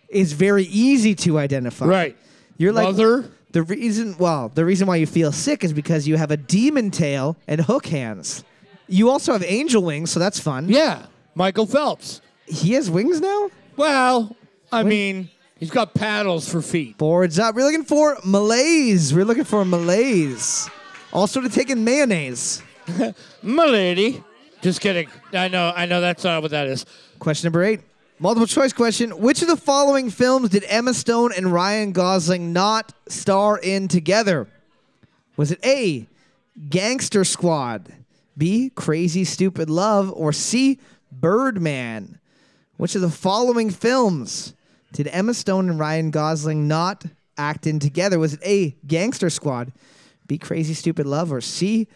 S2: is very easy to identify.
S1: Right.
S2: You're like
S1: Mother?
S2: the reason. Well, the reason why you feel sick is because you have a demon tail and hook hands. You also have angel wings, so that's fun.
S1: Yeah, Michael Phelps.
S2: He has wings now.
S1: Well, I mean, he's got paddles for feet.
S2: Boards up. We're looking for Malays. We're looking for Malays. Also to take in mayonnaise.
S1: Milady. Just kidding. I know. I know that's not what that is.
S2: Question number eight. Multiple choice question. Which of the following films did Emma Stone and Ryan Gosling not star in together? Was it A, Gangster Squad, B, Crazy Stupid Love, or C, Birdman? Which of the following films did Emma Stone and Ryan Gosling not act in together? Was it A, Gangster Squad, B, Crazy Stupid Love, or C,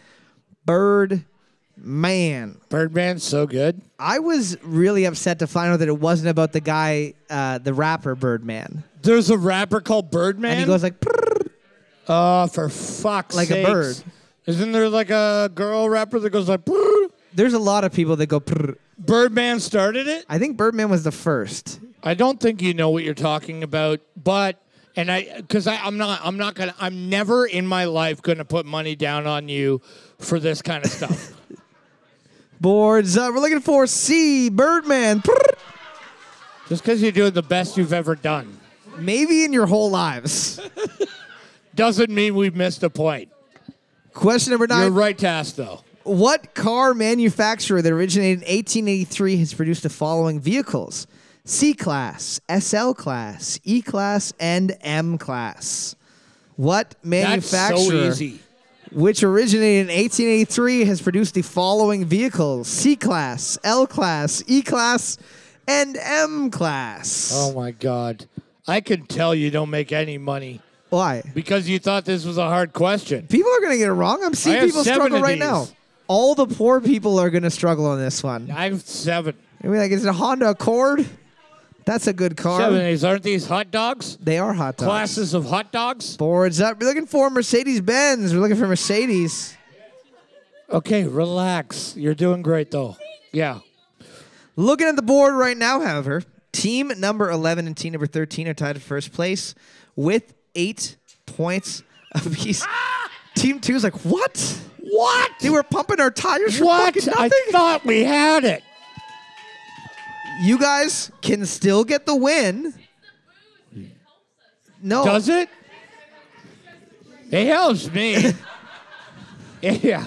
S2: Birdman?
S1: Birdman's so good.
S2: I was really upset to find out that it wasn't about the guy, uh, the rapper Birdman,
S1: There's a rapper called Birdman.
S2: and he goes like, "Prrr."
S1: "Oh, for fuck's
S2: Like a
S1: sakes.
S2: bird.
S1: Isn't there like a girl rapper that goes like, "Brrr"?
S2: "There's a lot of people that go." Prrr.
S1: Birdman started it?
S2: I think Birdman was the first.
S1: I don't think you know what you're talking about, but and I because I I'm not I'm not gonna I'm never in my life gonna put money down on you for this kind of stuff.
S2: Boards up. We're looking for C. Birdman. Prrr.
S1: Just because you're doing the best you've ever done
S2: Maybe in your whole lives.
S1: doesn't mean we've missed a point.
S2: Question number
S1: You're
S2: nine.
S1: right to ask though.
S2: What car manufacturer that originated in 1883 has produced the following vehicles? C class, SL class, E class, and M class. What
S1: That's
S2: manufacturer?
S1: so easy.
S2: which originated in 1883, has produced the following vehicles C Class, L Class, E Class, and M Class.
S1: Oh my god. I can tell you don't make any money
S2: Why?
S1: because you thought this was a hard question.
S2: People are going to get it wrong. I'm
S1: I
S2: seeing
S1: have
S2: people
S1: seven
S2: struggle
S1: of
S2: right
S1: these.
S2: now. All the poor people are going to struggle on this one.
S1: I have seven.
S2: I mean, like, is it a Honda Accord? That's a good car.
S1: Seven of these aren't these hot dogs?
S2: They are hot dogs.
S1: Classes of hot dogs?
S2: Boards up. We're looking for Mercedes Benz. We're looking for Mercedes.
S1: Okay, relax. You're doing great though. Yeah.
S2: Looking at the board right now, however, team number 11 and team number 13 are tied for first place with eight points apiece.
S1: Ah!
S2: team two is like, what?
S1: What?
S2: They were pumping our tires for
S1: What?
S2: fucking
S1: I
S2: nothing.
S1: thought we had it.
S2: you guys can still get the win. No.
S1: Does it? It helps me. yeah.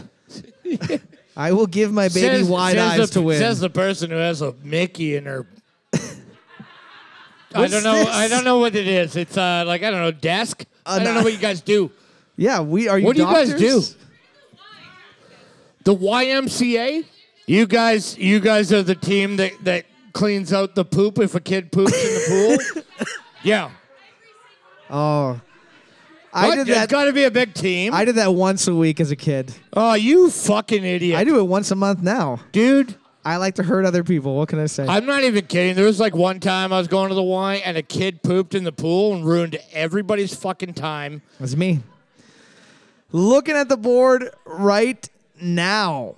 S2: I will give my baby
S1: Says-
S2: wide
S1: says
S2: eyes
S1: the,
S2: to win.
S1: Says the person who has a Mickey in her. I
S2: What's
S1: don't know. I
S2: this?
S1: don't know what it is. It's uh, like I don't know desk. I don't know what you guys do.
S2: yeah, we are you
S1: What do you guys
S2: doctors?
S1: do? The YMCA. You guys. You guys are the team that that cleans out the poop if a kid poops in the pool. Yeah.
S2: Oh. I
S1: What?
S2: did
S1: It's
S2: that
S1: got to be a big team.
S2: I did that once a week as a kid.
S1: oh, you fucking idiot,
S2: I do it once a month now.
S1: dude.
S2: I like to hurt other people. What can I say?
S1: I'm not even kidding. There was like one time I was going to the Y and a kid pooped in the pool and ruined everybody's fucking time.
S2: That's me. Looking at the board right now.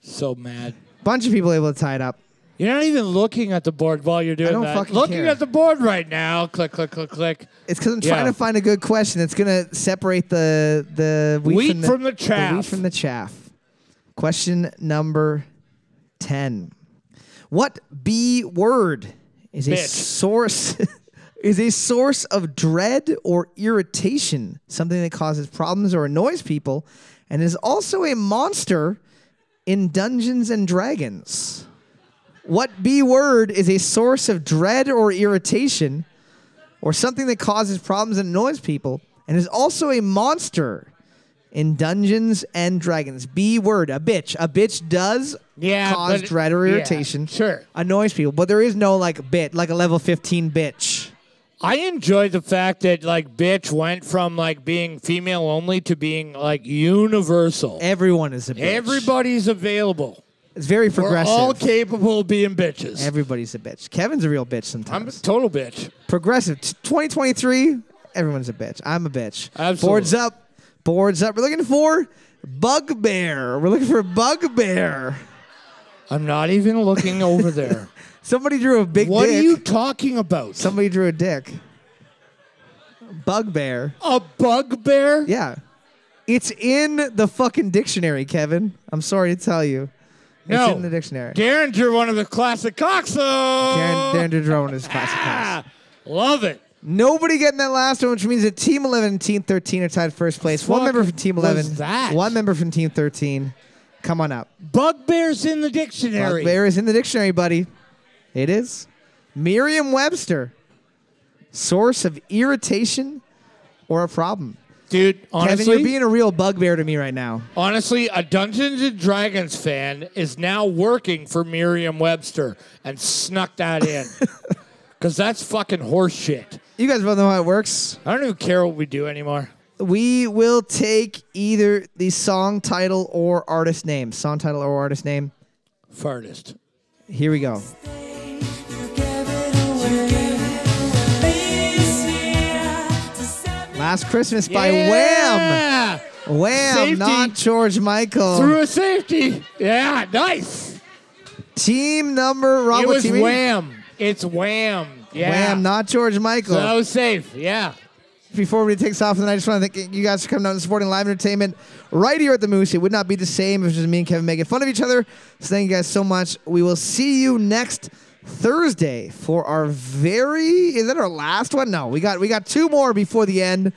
S1: So mad.
S2: Bunch of people able to tie it up.
S1: You're not even looking at the board while you're doing
S2: don't
S1: that.
S2: fucking
S1: looking
S2: care.
S1: at the board right now. Click, click, click, click.
S2: It's because I'm
S1: Yeah.
S2: trying to find a good question that's gonna separate the the wheat,
S1: Wheat
S2: the,
S1: from the
S2: wheat
S1: chaff.
S2: from the chaff. Question number ten. What B word is a
S1: Bitch.
S2: source is a source of dread or irritation, something that causes problems or annoys people, and is also a monster in Dungeons and Dragons? What B word is a source of dread or irritation or something that causes problems and annoys people and is also a monster in Dungeons and Dragons. B word, a bitch. A bitch does
S1: Yeah,
S2: cause
S1: but-
S2: dread or
S1: yeah,
S2: irritation.
S1: sure.
S2: Annoys people, but there is no like bit, like a level 15 bitch.
S1: I enjoyed the fact that like bitch went from like being female only to being like universal.
S2: Everyone is a bitch.
S1: Everybody's available.
S2: It's very
S1: We're
S2: progressive.
S1: all capable of being bitches.
S2: Everybody's a bitch. Kevin's a real bitch
S1: I'm a
S2: sometimes.
S1: total bitch.
S2: progressive. T- 2023, everyone's a bitch. I'm a bitch.
S1: Absolutely.
S2: Boards up. Boards up. We're looking for Bugbear. We're looking for Bugbear.
S1: I'm not even looking over there.
S2: Somebody drew a big
S1: what
S2: dick.
S1: are you talking about?
S2: Somebody drew a dick. Bugbear.
S1: a bugbear?
S2: Yeah. It's in the fucking dictionary, Kevin. I'm sorry to tell you.
S1: no.
S2: It's in the dictionary.
S1: Darren drew one of the classic cocks though.
S2: Darren, Darren Dudrone is classic. class.
S1: Ah, love it.
S2: Nobody getting that last one, which means that Team 11 and Team 13 are tied first place. One
S1: fuck
S2: member from Team
S1: was
S2: 11.
S1: that?
S2: One member from Team 13. Come on up.
S1: Bugbear's in the dictionary.
S2: Bugbear is in the dictionary, buddy. It is. Merriam Webster. Source of irritation or a problem.
S1: Dude,
S2: Kevin,
S1: honestly,
S2: you're being a real bugbear to me right now.
S1: honestly, a Dungeons and Dragons fan is now working for Merriam-Webster and snuck that in. Cuz that's fucking horseshit.
S2: You guys both know how it works.
S1: I don't even care what we do anymore.
S2: We will take either the song title or artist name. Song title or artist name.
S1: Fartist.
S2: Here we go. Last Christmas by Wham!
S1: Yeah.
S2: Wham!
S1: Safety.
S2: Not George Michael.
S1: Through a safety. Yeah, nice.
S2: Team number Rob.
S1: it
S2: what
S1: was
S2: team are you?
S1: wham. It's wham. Yeah.
S2: Wham! Not George Michael.
S1: So that was safe. Yeah.
S2: before everybody takes off, and I just want to thank you guys for coming out and supporting live entertainment right here at the Moose. It would not be the same if it was just me and Kevin making fun of each other. So thank you guys so much. We will see you next Thursday for our very is that our last one? No, we got we got two more before the end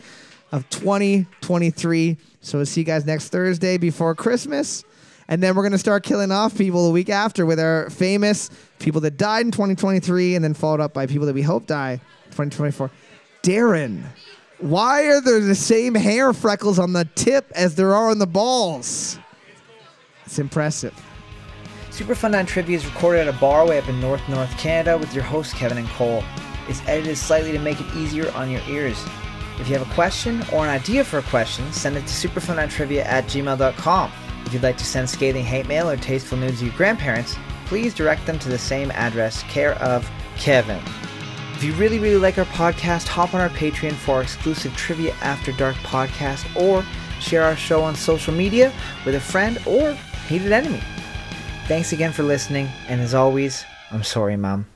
S2: of 2023. So we'll see you guys next Thursday before Christmas. And then we're going to start killing off people the week after with our famous people that died in 2023 and then followed up by people that we hope die in 2024. Darren, why are there the same hair freckles on the tip as there are on the balls? It's impressive.
S5: Superfund Trivia is recorded at a bar way up in North North Canada with your hosts Kevin and Cole. It's edited slightly to make it easier on your ears. If you have a question or an idea for a question, send it to superfundontrivia at gmail.com. If you'd like to send scathing hate mail or tasteful news to your grandparents, please direct them to the same address, care of Kevin. If you really, really like our podcast, hop on our Patreon for our exclusive Trivia After Dark podcast or share our show on social media with a friend or hated enemy. Thanks again for listening, and as always, I'm sorry, Mom.